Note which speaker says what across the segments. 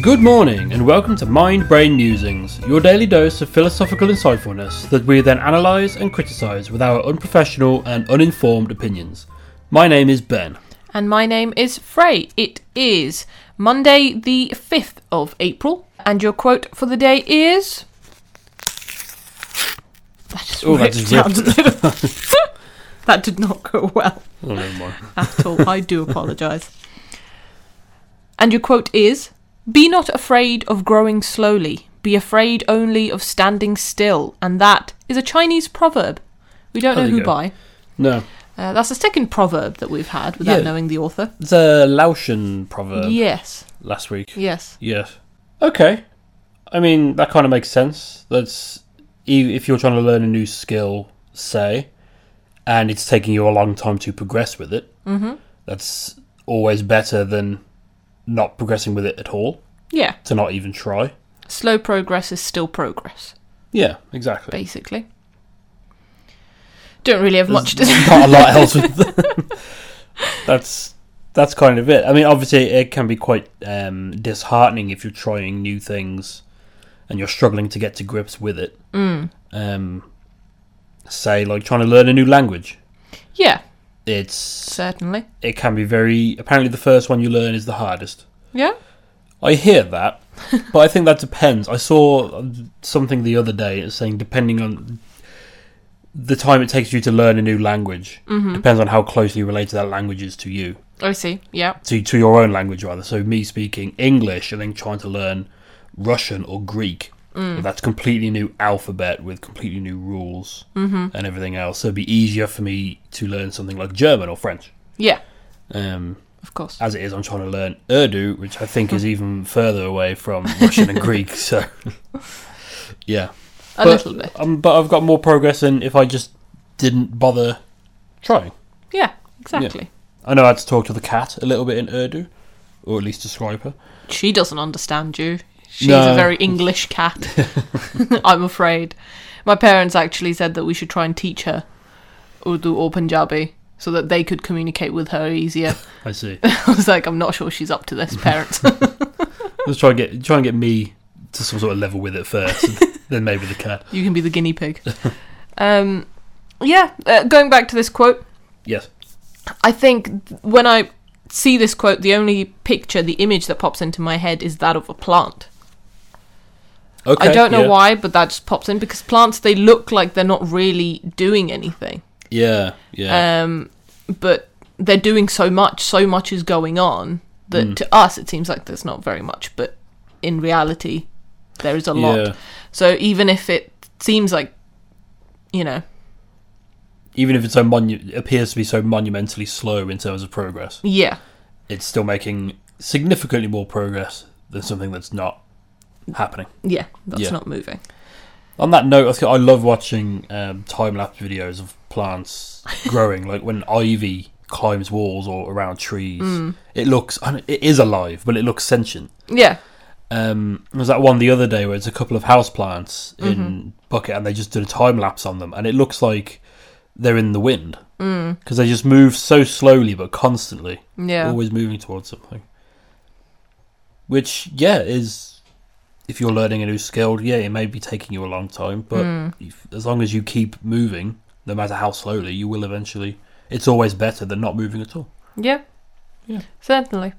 Speaker 1: Good morning, and welcome to Mind Brain Musings, your daily dose of philosophical insightfulness that we then analyse and criticise with our unprofessional and uninformed opinions. My name is Ben.
Speaker 2: And my name is Frey. It is Monday, the 5th of April. And your quote for the day is. That just
Speaker 1: Oh, that
Speaker 2: ripped
Speaker 1: just
Speaker 2: out a little. that did not go well
Speaker 1: Oh, never mind.
Speaker 2: at all. I do apologise. And your quote is Be not afraid of growing slowly, be afraid only of standing still. And that is a Chinese proverb. We don't
Speaker 1: Oh,
Speaker 2: know
Speaker 1: there you
Speaker 2: who
Speaker 1: go.
Speaker 2: by.
Speaker 1: No,
Speaker 2: Uh, that's the second proverb that we've had without
Speaker 1: Yeah. Uh,
Speaker 2: knowing the author.
Speaker 1: it's a Laotian proverb
Speaker 2: Yes,
Speaker 1: last week.
Speaker 2: yes.
Speaker 1: Yes. Okay. I mean, that kind of makes sense. That's e- if you're trying to learn a new skill, say, and it's taking you a long time to progress with it. Mm-hmm. That's always better than not progressing with it at all.
Speaker 2: Yeah.
Speaker 1: To not even try.
Speaker 2: Slow progress is still progress,
Speaker 1: Yeah, exactly.
Speaker 2: basically. Don't really have much to
Speaker 1: There's not a lot else with that's that's kind of it. I mean, obviously, it can be quite um, disheartening if you're trying new things and you're struggling to get to grips with it. Um, say, like trying to learn a new language.
Speaker 2: Yeah,
Speaker 1: It's
Speaker 2: certainly.
Speaker 1: it can be very apparently the first one you learn is the hardest.
Speaker 2: Yeah.
Speaker 1: I hear that, but I think that depends. I saw something the other day it's saying depending on the time it takes you to learn a new language depends on how closely related that language is to you
Speaker 2: I see. Yeah.
Speaker 1: to to your own language rather. So me speaking English and then trying to learn Russian or Greek. That's completely new alphabet with completely new rules and everything else. So it'd be easier for me to learn something like German or French.
Speaker 2: Yeah,
Speaker 1: Um,
Speaker 2: of course.
Speaker 1: as it is, I'm trying to learn Urdu, which I think is even further away from Russian and Greek. So, yeah,
Speaker 2: A little bit.
Speaker 1: Um, but I've got more progress than if I just didn't bother trying.
Speaker 2: Yeah, exactly.
Speaker 1: I know I had to talk to the cat a little bit in Urdu, or at least describe her.
Speaker 2: She doesn't understand you. She's
Speaker 1: No.
Speaker 2: a very English cat, I'm afraid. My parents actually said that we should try and teach her Urdu or Punjabi so that they could communicate with her easier.
Speaker 1: I see.
Speaker 2: I was like, I'm not sure she's up to this, parents.
Speaker 1: Let's try and get try and get me to some sort of level with it first, and then maybe the cat.
Speaker 2: You can be the guinea pig. um, yeah, uh, going back to this quote,
Speaker 1: Yes.
Speaker 2: I think th- when I see this quote, the only picture, the image that pops into my head is that of a plant.
Speaker 1: Okay.
Speaker 2: I don't know
Speaker 1: yeah.
Speaker 2: why, but that just pops in because plants, they look like they're not really doing anything.
Speaker 1: Yeah. Yeah.
Speaker 2: Um, but they're doing so much, so much is going on
Speaker 1: Mm.
Speaker 2: that to us it seems like there's not very much, but in reality, there is a lot.
Speaker 1: Yeah.
Speaker 2: So even if it seems like, you know,
Speaker 1: Even if it's so monu- appears to be so monumentally slow in terms of progress,
Speaker 2: yeah,
Speaker 1: it's still making significantly more progress than something that's not happening.
Speaker 2: Yeah, that's
Speaker 1: Yeah.
Speaker 2: not moving.
Speaker 1: On that note, I, think I love watching um, time lapse videos of plants growing, like when ivy climbs walls or around trees. It looks, and it is alive, but it looks sentient.
Speaker 2: Yeah,
Speaker 1: Um, there was that one the other day where it's a couple of house plants in bucket, and they just did a time lapse on them, and it looks like they're in the wind because they just move so slowly but constantly,
Speaker 2: yeah,
Speaker 1: always moving towards something. Which, yeah, is if you're learning a new skill, yeah, it may be taking you a long time, but
Speaker 2: Hmm.
Speaker 1: if, as long as you keep moving, no matter how slowly, you will eventually. It's always better than not moving at all.
Speaker 2: yeah,
Speaker 1: Yeah.
Speaker 2: Certainly.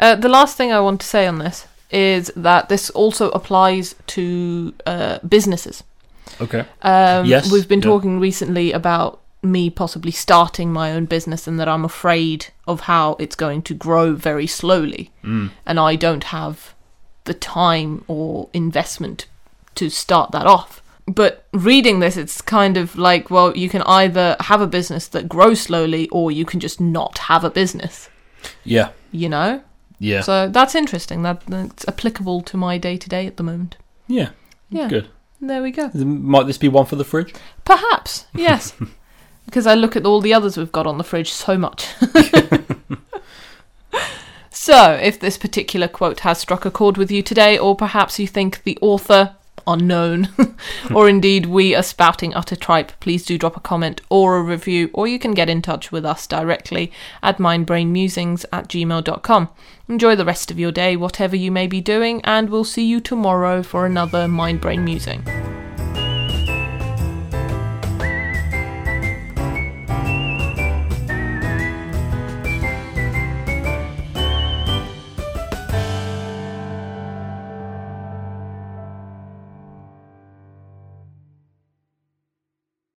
Speaker 2: Uh, the last thing I want to say on this is that this also applies to uh, businesses.
Speaker 1: Okay.
Speaker 2: Um,
Speaker 1: Yes,
Speaker 2: we've been
Speaker 1: yeah.
Speaker 2: talking recently about me possibly starting my own business and that I'm afraid of how it's going to grow very slowly,
Speaker 1: Hmm.
Speaker 2: and I don't have the time or investment to start that off. But reading this, it's kind of like, well, you can either have a business that grows slowly or you can just not have a business,
Speaker 1: Yeah.
Speaker 2: you know?
Speaker 1: Yeah.
Speaker 2: So that's interesting. That, that's applicable to my day to day at the moment.
Speaker 1: yeah.
Speaker 2: Yeah.
Speaker 1: Good.
Speaker 2: There we go.
Speaker 1: Might this be one for the fridge?
Speaker 2: Perhaps, yes. because I look at all the others we've got on the fridge so much. so, if this particular quote has struck a chord with you today, or perhaps you think the author, are known, or indeed we are spouting utter tripe, please do drop a comment or a review, or you can get in touch with us directly at mindbrainmusings at gmail.com. Enjoy the rest of your day, whatever you may be doing, and we'll see you tomorrow for another Mind Brain Musing.